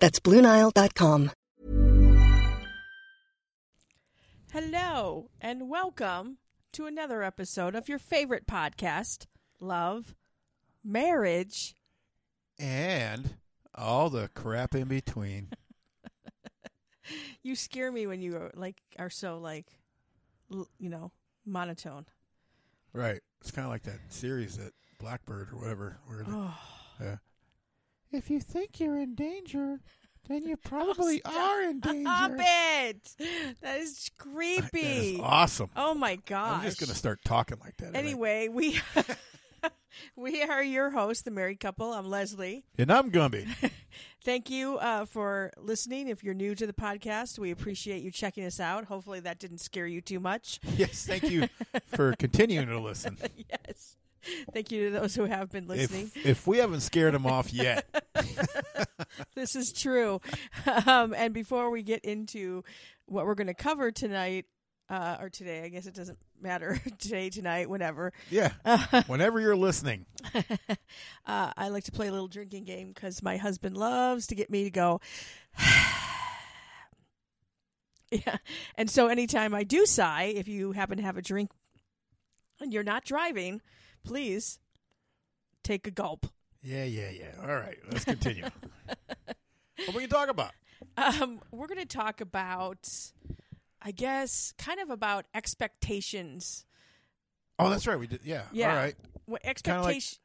That's BlueNile.com. Hello, and welcome to another episode of your favorite podcast, Love, Marriage. and all the crap in between. You scare me when you are like are so like, l- you know, monotone. Right. It's kind of like that series that Blackbird or whatever. Where the, Oh. uh, if you think you're in danger, then you Oh, probably are in danger. Stop it! That is That is creepy. awesome. oh my gosh! I'm just gonna start talking like that. aren't I? Anyway, we we are your host, the married couple. I'm Leslie. and I'm Gumby. Thank you uh, for listening. If you're new to the podcast, we appreciate you checking us out. Hopefully, that didn't scare you too much. yes, thank you for continuing to listen. yes. Thank you to those who have been listening. If if we haven't scared them off yet, This is true. Um, and before we get into what we're going to cover tonight, uh, or today, I guess it doesn't matter today, tonight, whenever. yeah. Whenever you're listening, Uh, I like to play a little drinking game because my husband loves to get me to go. yeah. And so anytime I do sigh, if you happen to have a drink and you're not driving, please take a gulp. yeah, yeah, yeah. All right, let's continue. what we can talk about? Um, we're going to talk about, I guess, kind of about expectations. Oh, that's right. We did. Yeah. Yeah. All right. What like- expectation?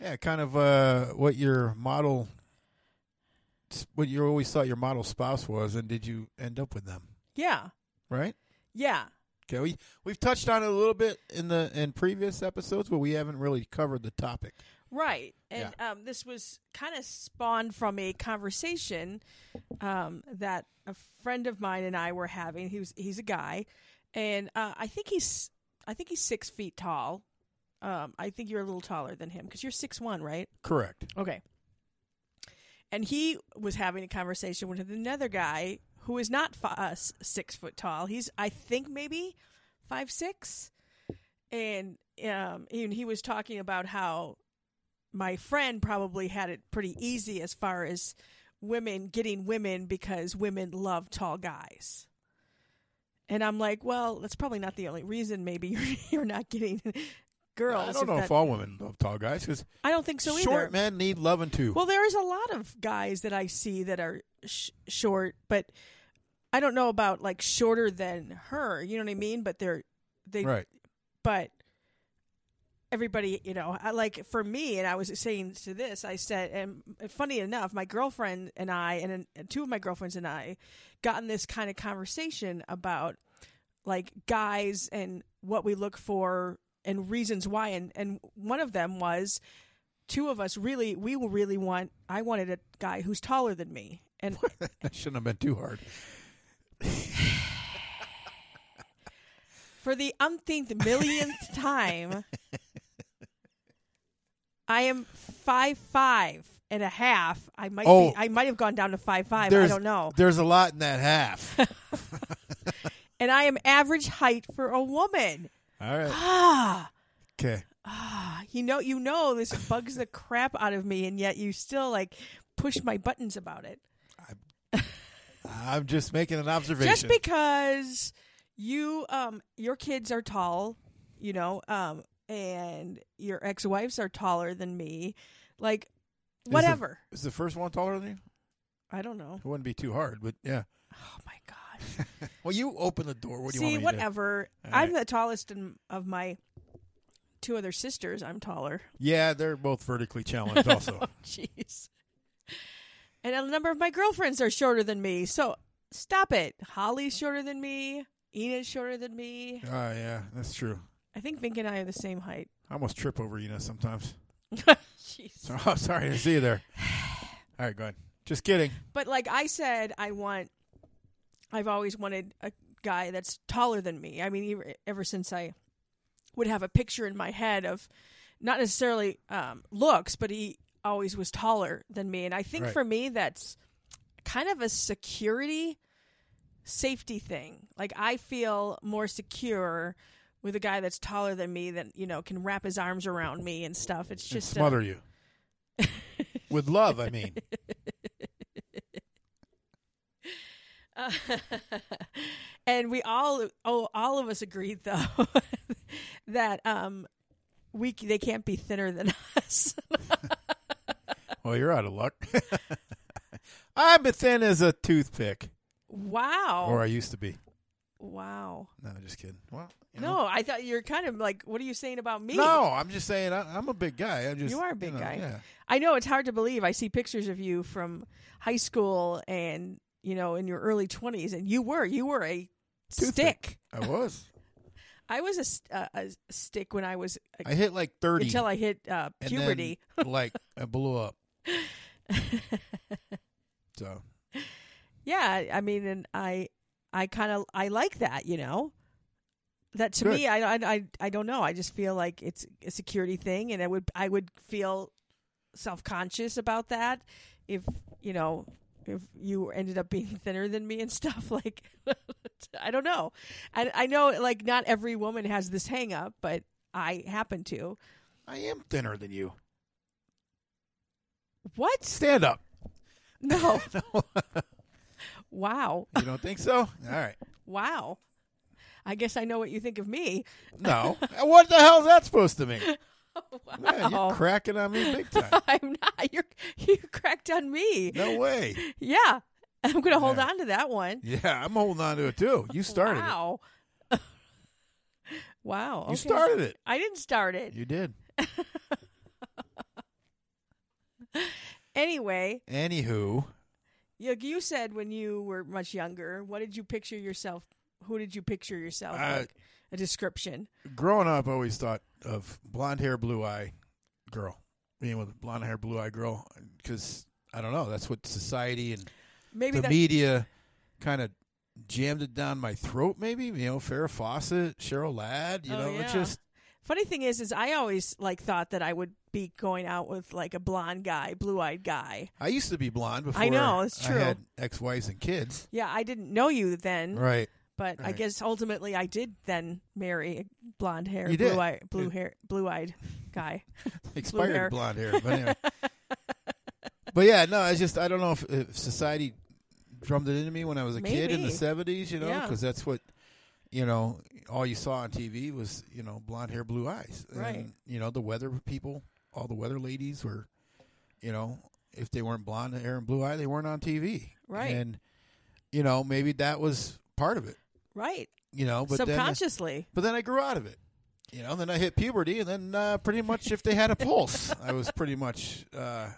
Yeah, kind of uh, what your model, what you always thought your model spouse was, and did you end up with them? yeah. Right? Yeah. Okay, we we've touched on it a little bit in the in previous episodes, but we haven't really covered the topic. Right. And um, this was kind of spawned from a conversation um, that a friend of mine and I were having. He was he's a guy, and uh, I think he's I think he's six feet tall. Um, I think you're a little taller than him because you're six one, right? Correct. Okay. And he was having a conversation with another guy who is not fi- uh, s- six foot tall. He's, I think, maybe five six, and um, and he was talking about how my friend probably had it pretty easy as far as women getting women because women love tall guys. And I'm like, well, that's probably not the only reason. Maybe you're, you're not getting girls. I don't know if that- all women love tall guys because I don't think so either. short men need loving too. Well, there is a lot of guys that I see that are sh- short, but I don't know about like shorter than her. You know what I mean? But they're they right. but everybody, you know, I, like for me, and I was saying to this, I said, and funny enough, my girlfriend and I, and, and two of my girlfriends and I, got in this kind of conversation about like guys and what we look for and reasons why, and and one of them was two of us really we will really want I wanted a guy who's taller than me. And That shouldn't have been too hard. for the umpteenth millionth time, I am five five and a half. I might Oh. be, I might have gone down to five five. I There's- don't know. There's a lot in that half. And I am average height for a woman. all right. Ah, Okay. you know, you know, this bugs the crap out of me, and yet you still like push my buttons about it. I'm just making an observation. Just because you, um, your kids are tall, you know, um, and your ex-wives are taller than me, like the- whatever. Is the first one taller than you? I don't know. It wouldn't be too hard, but yeah. Oh my gosh. Well, you open the door. What do you See, want me to do? whatever. All I'm right. the tallest in, of my two other sisters. I'm taller. Yeah, they're both vertically challenged also. Jeez. And a number of my girlfriends are shorter than me. So stop it. Holly's shorter than me. Ina's shorter than me. Oh, yeah, that's true. I think Vink and I are the same height. I almost trip over Ina sometimes. Jeez. So, oh, sorry to see you there. All right, go ahead. Just kidding. But like I said, I want. I've always wanted a guy that's taller than me. I mean, ever, ever since I would have a picture in my head of, not necessarily um, looks, but he always was taller than me, and I think Right. for me that's kind of a security, safety thing. Like I feel more secure with a guy that's taller than me that you know can wrap his arms around me and stuff. It's And just uh, a- smother you with love. I mean, Uh, and we all oh all of us agreed though that um we c- they can't be thinner than us. well, you're out of luck. I'm as thin as a toothpick, wow. or I used to be. Wow. No, I'm just kidding. Well, you know. No, I thought you're kind of like what are you saying about me? No, I'm just saying I, I'm a big guy. I just You are a big know, guy. Yeah. I know it's hard to believe. I see pictures of you from high school and you know in your early 20s and you were you were a Toothpick. stick. I was. I was a, st- uh, a stick when I was uh, I hit like 30 until I hit uh, and then, puberty. like I blew up. So yeah i mean and i i kind of i like that you know that to Good. me I, I i i don't know i just feel like it's a security thing and i would i would feel self-conscious about that if you know if you ended up being thinner than me and stuff like i don't know and i know like not every woman has this hang up but i happen to I am thinner than you. what Stand up. no No. wow you don't think so? All right. wow i guess i know what you think of me No. What the hell's that supposed to mean? wow Man, you're cracking on me big time. I'm not. You're you cracked on me. No way. Yeah, I'm gonna hold Yeah. on to that one. Yeah, I'm holding on to it too. You started Wow. wow. it. You okay. started it. I didn't start it. You did. Anyway, Anywho, you, you said when you were much younger, what did you picture yourself? Who did you picture yourself? Uh, like? A description. growing up, I always thought of blonde hair, blue eye girl. Being with a blonde hair, blue eye girl, because I don't know. That's what society and Maybe the that. media kind of jammed it down my throat. Maybe you know, Farrah Fawcett, Cheryl Ladd. You Oh, know, yeah. it's just Funny thing is, is I always like thought that I would be going out with like a blonde guy, blue eyed guy. I used to be blonde before. I know, it's true. I had ex-wives and kids. Yeah, I didn't know you then. Right. But I Right. guess ultimately I did then marry a blonde hair, You did. blue eye, blue It- hair, blue eyed guy. Expired hair. blonde hair. But anyway. but yeah, no, I just I don't know if, if society drummed it into me when I was a kid in the Maybe. seventies. You know, Yeah. because that's what you know all you saw on TV was you know blonde hair, blue eyes. Right. And, you know the weather people, all the weather ladies were, you know, if they weren't blonde hair and blue eye, they weren't on TV. Right. And you know maybe that was part of it. Right. You know, but then- uh, Subconsciously. But then I grew out of it. You know, then I hit puberty, and then uh, pretty much if they had a pulse, I was pretty much uh,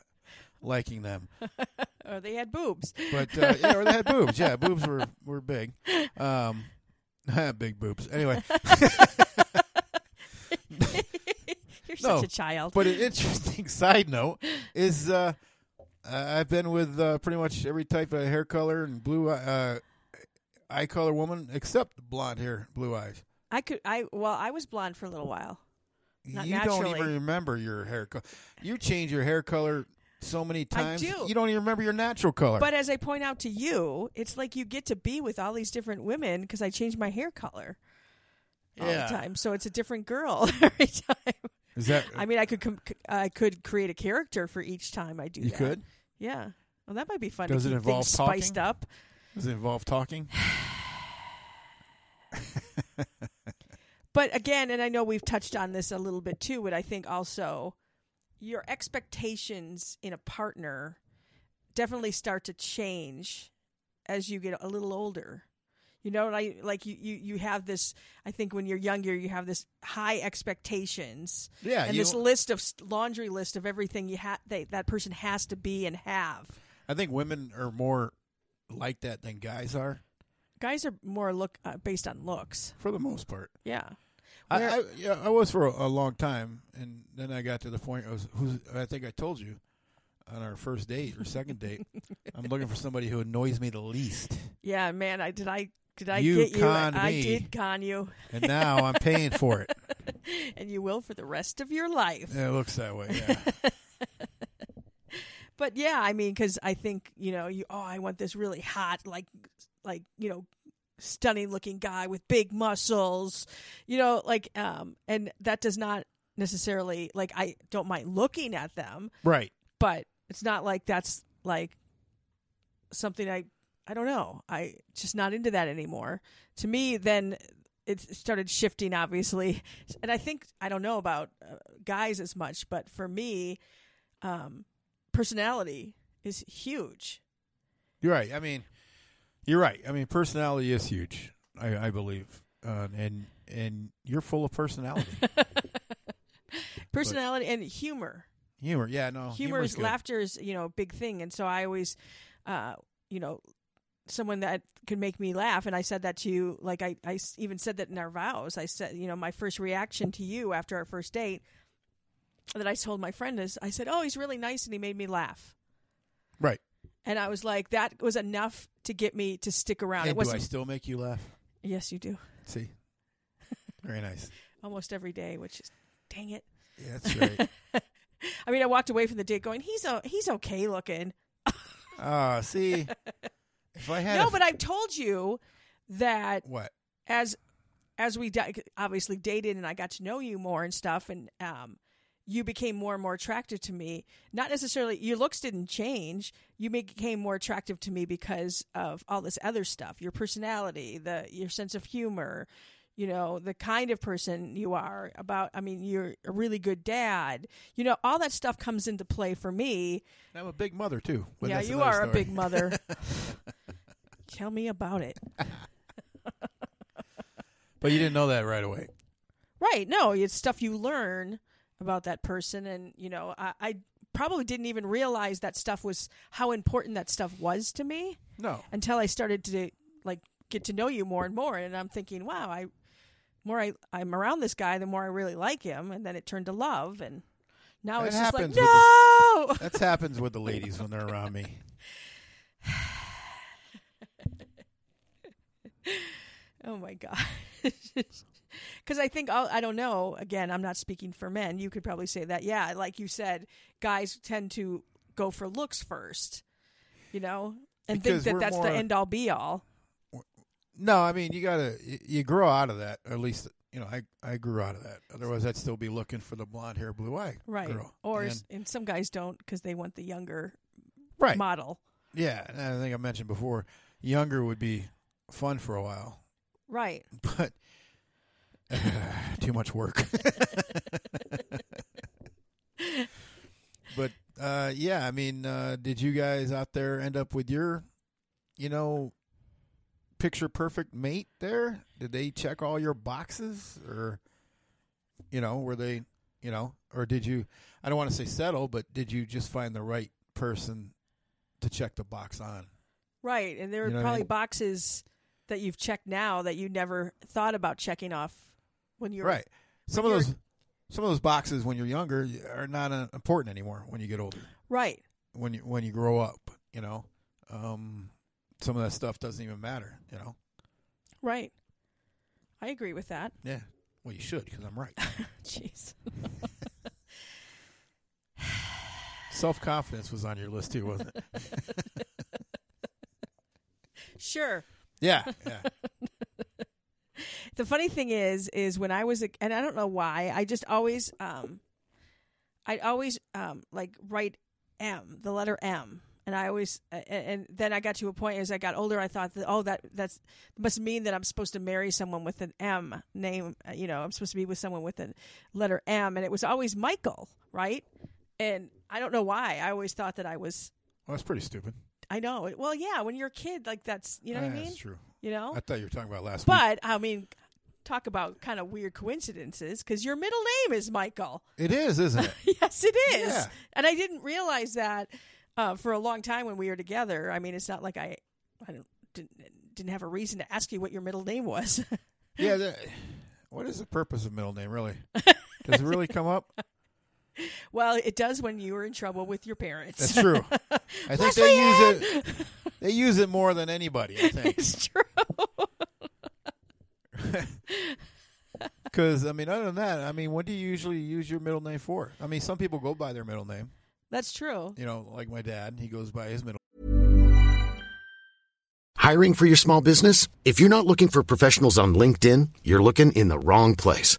liking them. or Oh, they had boobs. But uh, yeah, or they had boobs. Yeah, boobs were were big, um, big boobs. Anyway, You're No, such a child. but an interesting side note is uh, I've been with uh, pretty much every type of hair color and blue uh, eye color woman except blonde hair, blue eyes. I could I well, I was blonde for a little while. Not you don't even naturally. remember your hair color. You change your hair color so many times. do. You don't even remember your natural color. But as I point out to you, it's like you get to be with all these different women because I change my hair color all Yeah. the time. So it's a different girl every time. is that I mean, I could com- I could create a character for each time I do you that. could? Yeah. Well, that might be fun. Does to it keep involve things talking? spiced up? Does it involve talking? But again, and I know we've touched on this a little bit too, but I think also your expectations in a partner definitely start to change as you get a little older. You know, like like you, you, you have this. I think when you're younger, you have this high expectations Yeah, and you- this list of s- laundry list of everything you ha- they, that person has to be and have. I think women are more like that than guys are Guys are more look uh, based on looks. for the most part. Yeah, I, Where- I yeah, I was for a, a long time, and then I got to the point. I was who's I think I told you. on our first date or second date. I'm looking for somebody who annoys me the least. Yeah, man. I did. I did. I You get you. conned I me. did con you, And now I'm paying for it. and you will for the rest of your life. Yeah, it looks that way. Yeah. But yeah, I mean, because I think you know, you oh, I want this really hot, like, like you know, stunning looking guy with big muscles, you know, like, um, and that does not necessarily like I don't mind looking at them, Right. but it's not like that's like something I I don't know. I just not into that anymore. To me, then it started shifting obviously, and I think I don't know about uh, guys as much, but for me, um, personality is huge. You're right. I mean, you're right. I mean, personality is huge. I, I believe, uh, and and you're full of personality, Personality and humor. humor. Yeah, humor no, Oh, humor's is good. laughter is you know a big thing and so i always uh you know someone that could make me laugh and i said that to you like i i s- even said that in our vows i said you know my first reaction to you after our first date that i told my friend is i said oh he's really nice and he made me laugh Right. and i was like that was enough to get me to stick around it And do I wasn't still make you laugh? yes you do See, very nice. almost every day which is dang it Yeah, that's great. i mean i walked away from the date going he's a he's okay looking Ah, see, if I had no a- but i've told you that what? as as we di- obviously dated and I got to know you more and stuff, and um, you became more and more attractive to me. Not necessarily your looks didn't change; you became more attractive to me because of all this other stuff, your personality, the your sense of humor. You know the kind of person you are. About, I mean, you're a really good dad. You know, all that stuff comes into play for me. And I'm a big mother too. but yeah, that's you another are a story. big mother. Tell me about it. But you didn't know that right away. Right. No, it's stuff you learn about that person. And, you know, I, I probably didn't even realize that stuff was how important that stuff was to me No, until I started to, like, get to know you more and more. And I'm thinking, wow, I, more I, I'm around this guy, the more I really like him. And then it turned to love. And now That it's just like, happens with no. that happens with the ladies when they're around me. Oh my gosh. Because I think, I'll, I don't know, again, I'm not speaking for men. You could probably say that. Yeah, like you said, guys tend to go for looks first, you know, and Because think we're that that's the more- end all be all. No, I mean you gotta y- you grow out of that. Or at least you know I I grew out of that. Otherwise, I'd still be looking for the blonde hair, blue eye Right. girl. Or, And- s and some guys don't because they want the younger right, model. yeah. And I think I mentioned before, younger would be fun for a while, Right. but too much work. but uh, yeah, I mean, uh, did you guys out there end up with your, you know, picture perfect mate there? Did they check all your boxes, or you know, were they, you know, or did you? I don't want to say settle, but did you just find the right person to check the box on? Right. And there are You know what I probably mean? boxes that you've checked now that you never thought about checking off when you were right. Some of you're- those, some of those boxes when you're younger are not uh, important anymore. When you get older, Right. when you when you grow up, you know, um, some of that stuff doesn't even matter. You know, Right. I agree with that. yeah. Well, you should because I'm right. Jeez. Self confidence was on your list too, wasn't it? Sure. Yeah, yeah. the funny thing is is when i was a, and i don't know why i just always um i always um like write m the letter m and i always a- a- and then i got to a point as i got older i thought that oh that that's must mean that i'm supposed to marry someone with an m name uh, you know i'm supposed to be with someone with a letter m and it was always michael right and i don't know why i always thought that i was Well, that's pretty stupid. i know well yeah when you're a kid like that's you know what i Yeah, mean That's true. you know I thought you were talking about last but I mean, talk about kind of weird coincidences because your middle name is Michael. week. It is, isn't it? Yes, it is. Yeah. And I didn't realize that uh, for a long time when we were together. I mean, it's not like I, I don't, didn't didn't have a reason to ask you what your middle name was. yeah. That, what is the purpose of middle name really? Does it really come up? Well, it does when you are in trouble with your parents. That's true. I think they use it. They use it more than anybody. I think it's true. because I mean, other than that, I mean, what do you usually use your middle name for? I mean, some people go by their middle name. That's true. You know, like my dad, he goes by his middle. Hiring for your small business? If you're not looking for professionals on LinkedIn, you're looking in the wrong place.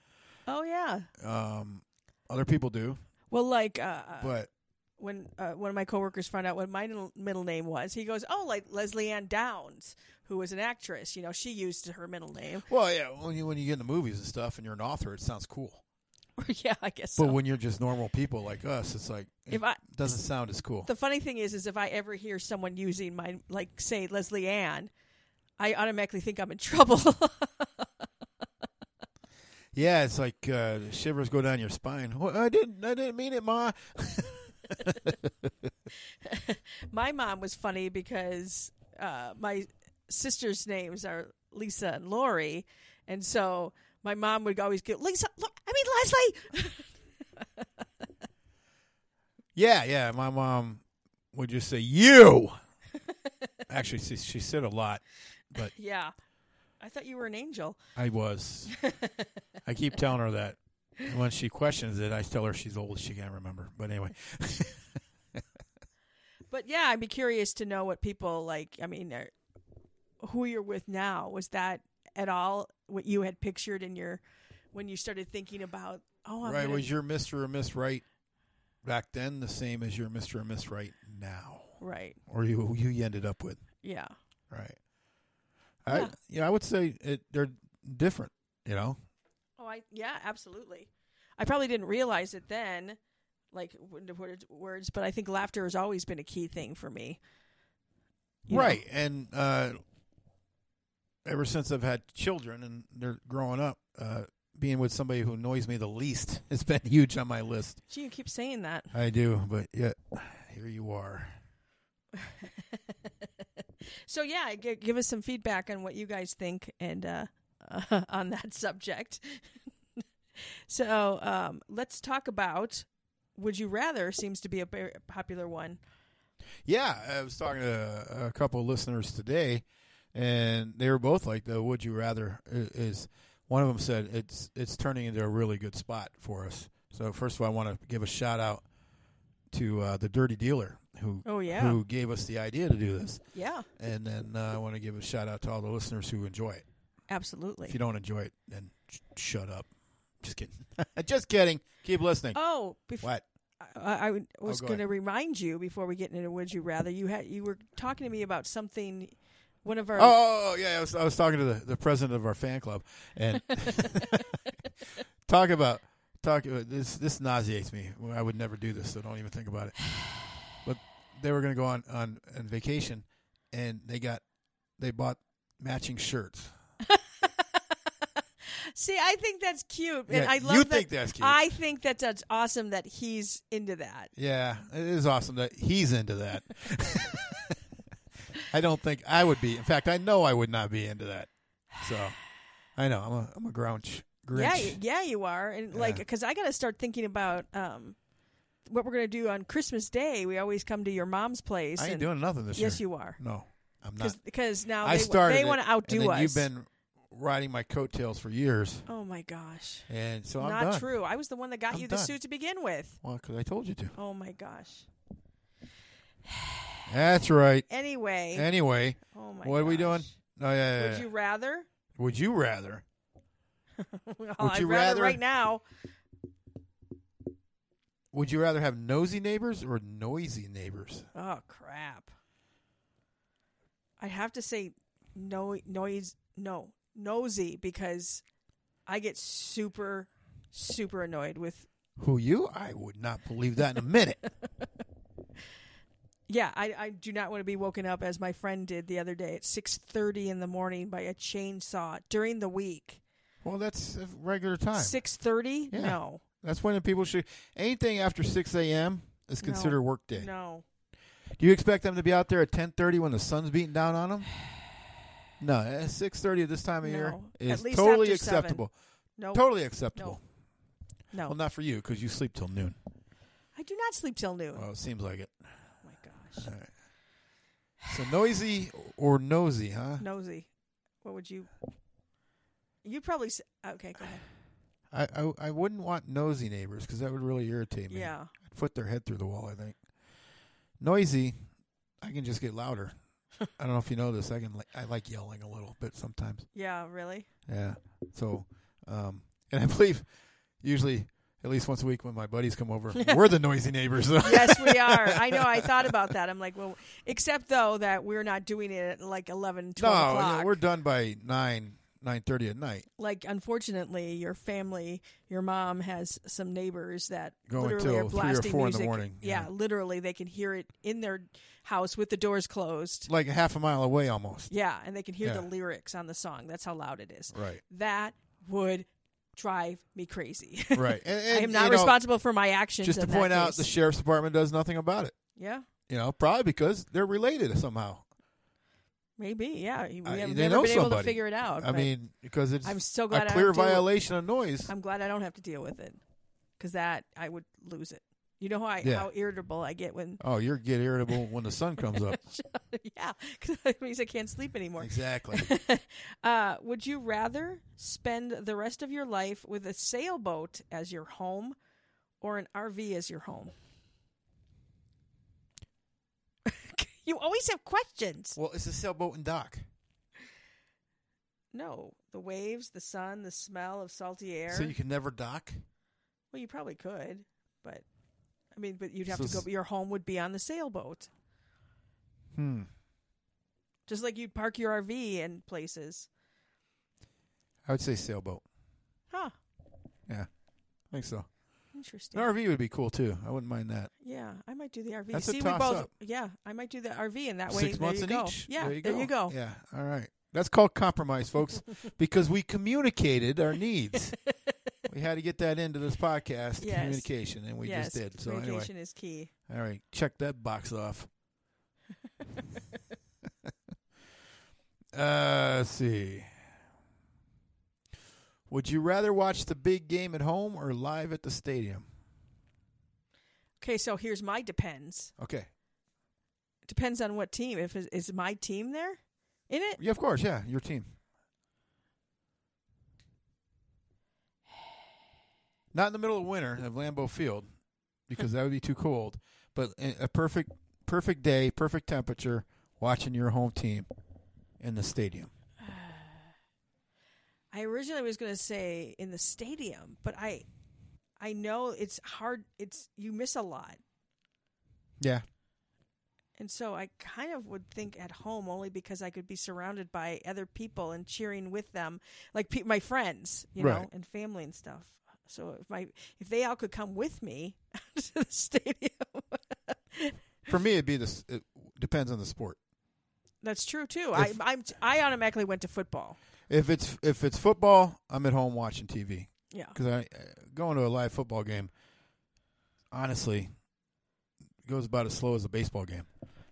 Oh yeah. Um, other people do, Well, like uh, but when uh, one of my coworkers found out what my n- middle name was, he goes, "Oh, like Leslie Ann Downs, who was an actress. You know, she used her middle name." well, yeah. When you when you get into movies and stuff, and you're an author, it sounds cool. yeah, I guess. But so. when you're just normal people like us, it's like it If I- doesn't sound as cool. the funny thing is, is if I ever hear someone using my like say Leslie Ann, I automatically think I'm in trouble. yeah, it's like uh, shivers go down your spine. Well, I didn't. I didn't mean it, ma. my mom was funny because uh, my sisters' names are Lisa and Lori, and so my mom would always get Lisa. Look, I mean Leslie. Yeah, yeah. My mom would just say you. Actually, she, she said a lot, but yeah, I thought you were an angel. I was. I keep telling her that. And when she questions it, I tell her she's old. She can't remember. But anyway, But yeah, I'd be curious to know what people like. I mean, are, who you're with now was that at all what you had pictured in your when you started thinking about? Oh, I'm right? gonna- Was your Mister or Miss Right back then the same as your Mister or Miss Right now, right. or you who you ended up with? Yeah, Right. I yeah, Yeah. I would say it, they're different. You know, Oh, I yeah, absolutely. I probably didn't realize it then, like w- the word- words, but I think laughter has always been a key thing for me. You know? right? And uh, ever since I've had children and they're growing up, uh, being with somebody who annoys me the least has been huge on my list. Gee, you keep saying that. I do, but yet here you are. So yeah, g- give us some feedback on what you guys think and uh, on that subject. so um, let's talk about would you rather seems to be a very popular one. Yeah, I was talking to a couple of listeners today, and they were both like, "The would you rather i- is." One of them said it's it's turning into a really good spot for us. So first of all, I want to give a shout out to uh, the Dirty Dealer who Oh, yeah. who gave us the idea to do this, Yeah, and then uh, I want to give a shout out to all the listeners who enjoy it. If absolutely. you don't enjoy it, then sh- shut up. Just kidding. Just kidding. Keep listening. Oh, before. What? Oh, I, I would- was go going to ahead. remind you before we get into would you rather you had you were talking to me about something one of our Oh, oh, yeah, I was, I was talking to the, the president of our fan club, and talk about talk about this. This nauseates me. I would never do this, so don't even think about it. But they were going to go on, on on vacation, and they got they bought matching shirts. see I think that's cute and Yeah, I love you that think that's cute. I think that that's awesome that he's into that Yeah, it is awesome that he's into that. I don't think I would be. In fact, I know I would not be into that. So I know I'm a I'm a grouch. Grinch. yeah you- yeah you are and like Yeah. because I got to start thinking about um what we're going to do on Christmas Day we always come to your mom's place I ain't and- doing nothing this year. yes you are No, I'm not. because now I they, started. they it, want to outdo and then us You've been riding my coattails for years, oh my gosh and so I'm not done. true I was the one that got I'm you the done. suit to begin with Well, because I told you to. Oh my gosh. That's right. Anyway. Anyway, oh my what are we gosh. doing? Oh, yeah, yeah, Would yeah. you rather? Would you rather? Well, Would I'd you rather- right now? Would you rather have nosy neighbors or noisy neighbors? Oh crap! I have to say no noise no nosy because I get super super annoyed with Who you? I would not believe that in a minute. yeah I, I do not want to be woken up as my friend did the other day at six thirty in the morning by a chainsaw during the week well, that's a regular time. six thirty Yeah. no That's when the people should. Anything after six a.m. is No. considered work day. no Do you expect them to be out there at ten thirty when the sun's beating down on them? No, at six thirty at this time of year No. At is least totally after seven. acceptable. no Totally acceptable. no Well, not for you because you sleep till noon. I do not sleep till noon Well, it seems like it. oh my gosh So noisy or nosy, huh? nosy what would you you'd probably s okay go ahead I, I I wouldn't want nosy neighbors because that would really irritate me. yeah I'd put their head through the wall. I think noisy. I can just get louder. I don't know if you know this. I can like I like yelling a little bit sometimes. yeah really Yeah. So, um, and I believe usually at least once a week when my buddies come over, we're the noisy neighbors. though. yes we are I know I thought about that I'm like well except though that we're not doing it at like 11 no, 12 yeah, o'clock we're done by nine nine thirty at night. like unfortunately your family your mom has some neighbors that Go literally are until three or blasting four in the music morning, yeah. yeah. literally they can hear it in their house with the doors closed Like a half a mile away almost. yeah and they can hear the Yeah. lyrics on the song that's how loud it is Right. that would drive me crazy Right. And, I and, am not you know, responsible for my actions Just to in that point out, case. the sheriff's department does nothing about it. yeah You know, probably because they're related somehow. Maybe, yeah. We I- have they never know been able to somebody. figure it out. I Oh, but mean, because it's I'm so glad I a don't clear do it. violation of noise. I'm glad I don't have to deal with it because that I would lose it. You know how I, Yeah. how irritable I get when, oh, you get irritable when the sun comes up. yeah, because it means I can't sleep anymore. exactly. Uh, would you rather spend the rest of your life with a sailboat as your home or an RV as your home? you always have questions. Well, it's a sailboat and dock. No, the waves, the sun, the smell of salty air. So you can never dock? Well, you probably could, but I mean, but you'd have So to s- go. Your home would be on the sailboat, Hmm. just like you'd park your RV in places, I would say sailboat. huh? Yeah. I think so. Interesting. An RV would be cool too. I wouldn't mind that. yeah, I might do the RV. That's a See, we both. toss-up. Yeah, I might do the RV, and that way Six there months you in go. each. Yeah, there you go. go. Yeah. All right. That's called compromise, folks, because we communicated our needs. we had to get that into this podcast Yes. communication, and we yes, just did. So anyway, communication is key. all right, check that box off. uh, let's see. Would you rather watch the big game at home or live at the stadium? Okay, so here's my depends. Okay. Depends on what team. If is, is my team there in it? Yeah, of course. Yeah, your team. Not in the middle of winter at Lambeau Field, because that would be too cold. But a a perfect, perfect day, perfect temperature, watching your home team in the stadium. I originally was going to say in the stadium, but I, I know it's hard. It's you miss a lot. Yeah, And so I kind of would think at home only because I could be surrounded by other people and cheering with them, like pe- my friends, you know, Right. and family and stuff. So if my if they all could come with me to the stadium, for me, it'd be this. It depends on the sport. that's true too. I If- I'm I automatically went to football. If it's if it's football, I'm at home watching TV Yeah, because I uh, going to a live football game. Honestly, goes about as slow as a baseball game,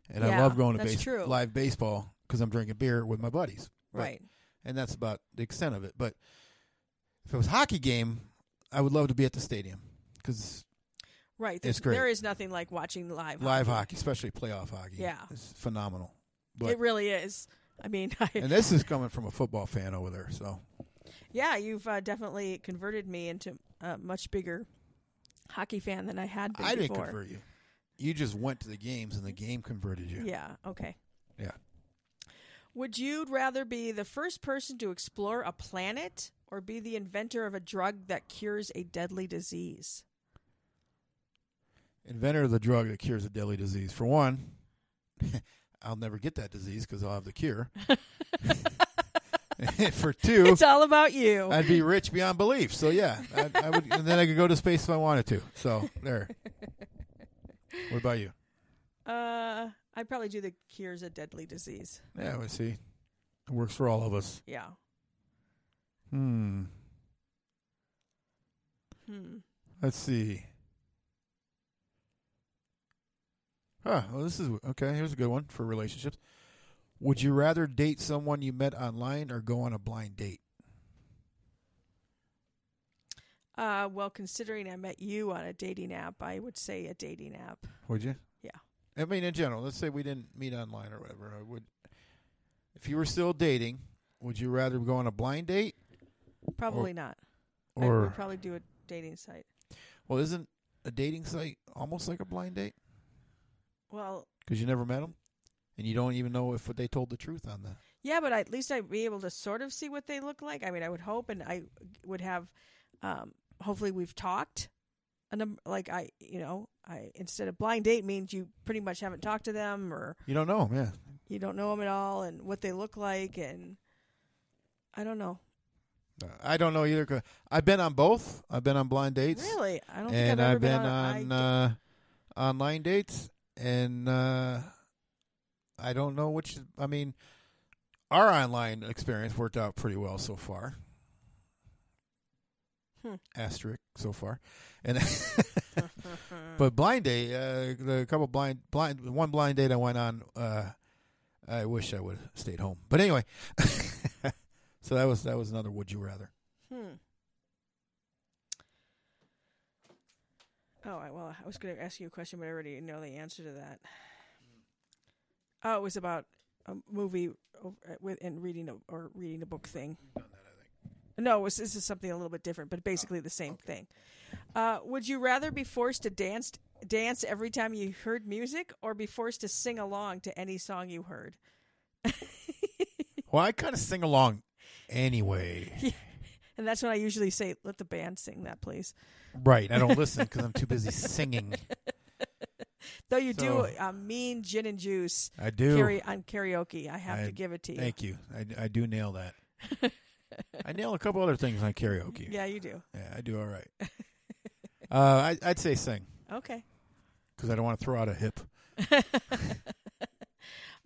and I Yeah, love going to that's base, true. live baseball because I'm drinking beer with my buddies. But- right. and that's about the extent of it. But if it was a hockey game, I would love to be at the stadium because Right. It's There's, great. There is nothing like watching live live hockey. hockey, especially playoff hockey, Yeah. is phenomenal. But It really is. I mean, I, and this is coming from a football fan over there, so yeah, you've uh, definitely converted me into a much bigger hockey fan than I had been I didn't before. convert you. You just went to the games and the game converted you. Yeah. Okay. Yeah. Would you rather be the first person to explore a planet or be the inventor of a drug that cures a deadly disease? Inventor of the drug that cures a deadly disease. For one, I'll never get that disease because I'll have the cure. For two, It's all about you. I'd be rich beyond belief. So yeah, I, I would, and then I could go to space if I wanted to. So there. What about you? Uh, I'd probably do the cures a deadly disease. Yeah, we see. It works for all of us. Yeah. Hmm. Hmm. Let's see. Huh. Well, this is okay. Here's a good one for relationships. Would you rather date someone you met online or go on a blind date? Uh, well, considering I met you on a dating app, I would say a dating app. Would you? Yeah. I mean, in general, let's say we didn't meet online or whatever. I would, if you were still dating, would you rather go on a blind date Probably not. I or would probably do a dating site. well, isn't a dating site almost like a blind date Well, because you never met them and you don't even know if they told the truth on that. yeah, but at least I'd be able to sort of see what they look like. I mean, I would hope, and I would have. Um, hopefully, we've talked. A number, like I, you know, I instead of blind date means you pretty much haven't talked to them or You don't know, yeah. you don't know them at all and what they look like and I don't know. Uh, I don't know either. 'cause I've been on both. I've been on blind dates. Really, I don't think I've and ever I've been, on. on, I- uh, online dates, and uh, I don't know which. I mean, our online experience worked out pretty well so far. Hmm. Asterisk so far, and but blind date, uh, the couple blind blind one blind date I went on. Uh, I wish I would have stayed home, but anyway. so that was that was another would you rather. hmm. Oh, I, well, I was going to ask you a question, but I already know the answer to that. Oh, it was about a movie o- with and reading a, or reading a book thing. No, it was, this is something a little bit different, but Oh, basically the same thing. Uh, would you rather be forced to dance dance every time you heard music, or be forced to sing along to any song you heard? Well, I kind of sing along anyway. And that's when I usually say, "Let the band sing that, please." Right. I don't listen because I'm too busy singing. Though you do So- a mean gin and juice I do. karaoke- on karaoke, I have I- to give it to you. Thank you. I, I do nail that. I nail a couple other things on karaoke. Yeah, you do. Yeah, I do all right. Uh, I, I'd say sing Okay. because I don't want to throw out a hip.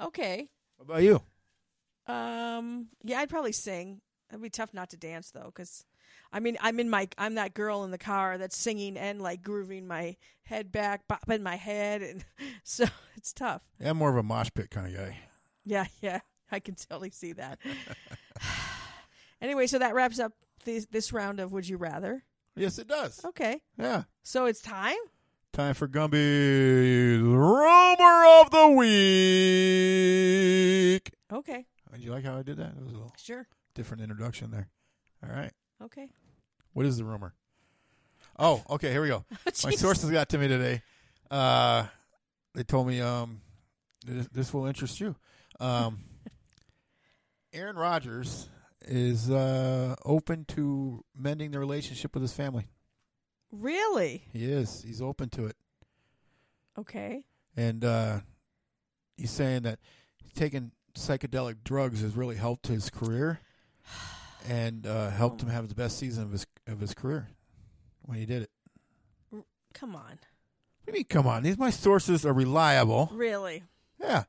Okay. What about you? Um. Yeah, I'd probably sing. It'd be tough not to dance though, because I mean, I'm in my I'm that girl in the car that's singing and like grooving my head back, bopping my head, and so it's tough. I'm more of a mosh pit kind of guy. Yeah, yeah, I can totally see that. anyway, so that wraps up this this round of Would You Rather. Yes, it does. Okay, Yeah. so it's time. Time for Gumby's rumor of the week. Okay, Did you like how I did that? It was a little sure. different introduction there. All right. Okay. What is the rumor? Oh, okay. Here we go. My Jeez. sources got to me today. Uh, they told me um, this, this will interest you. Um, Aaron Rodgers is uh, open to mending the relationship with his family. Really? He is. He's open to it, Okay. and uh, he's saying that taking psychedelic drugs has really helped his career and uh, helped him have the best season of his of his career when he did it. Come on. What do you mean, come on? These my sources are reliable. Really? Yeah.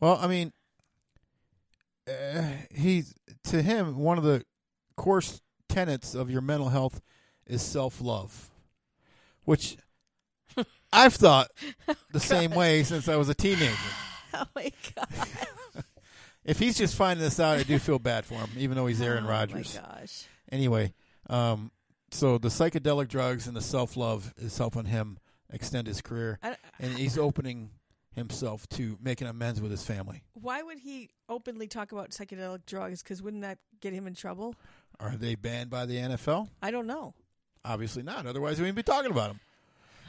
Well, I mean, uh, he's to him one of the core s- tenets of your mental health is self love, which I've thought the same way since I was a teenager. Oh my god. If he's just finding this out, I do feel bad for him, even though he's Aaron Rodgers. Oh my gosh. Anyway, um, so the psychedelic drugs and the self love is helping him extend his career. I, and he's opening himself to making amends with his family. why would he openly talk about psychedelic drugs? Because wouldn't that get him in trouble? Are they banned by the NFL? I don't know. Obviously not. Otherwise, we wouldn't be talking about them.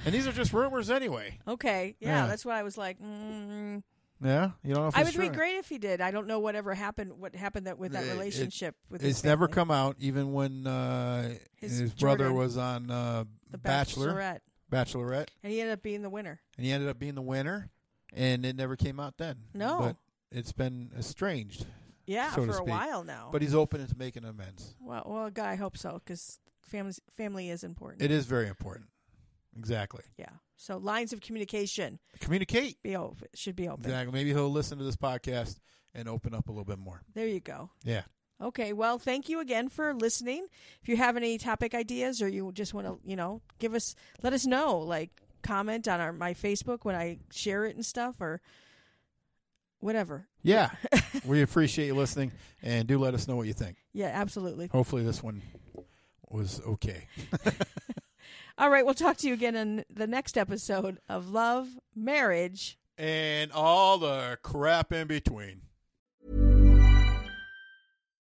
And these are just rumors anyway. Okay, yeah, Yeah. Oh, that's what I was like. Mm, Yeah, you don't know if I it's would true. be great if he did. I don't know whatever happened. What happened that with that It- it- relationship with his It's never family. come out, even when uh, His his, brother Jordan. was on uh, The Bachelor, Bachelorette, Bachelorette, and he ended up being the winner. and he ended up being the winner, and it never came out then. No. but it's been estranged. Yeah, So to for a speak. while now. But he's open to making amends. well, well, God, I hope so because family family is important. It is very important. Exactly. yeah, so lines of communication Communicate. be open, should be open. Exactly. Maybe he'll listen to this podcast and open up a little bit more. There you go. Yeah. Okay, well, thank you again for listening. If you have any topic ideas or you just want to, you know, give us, let us know. Like, comment on our my Facebook when I share it and stuff, or whatever. Yeah. we appreciate you listening and do let us know what you think. Yeah, absolutely. Hopefully this one was okay. All right, we'll talk to you again in the next episode of Love, Marriage. And all the crap in between.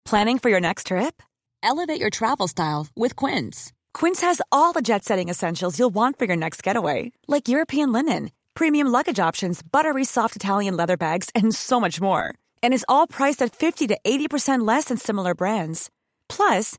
Planning for your next trip? Elevate your travel style with Quince. Quince has all the jet setting essentials you'll want for your next getaway, like European linen, premium luggage options, buttery soft Italian leather bags, and so much more. And is all priced at 50 to 80% less than similar brands. Plus,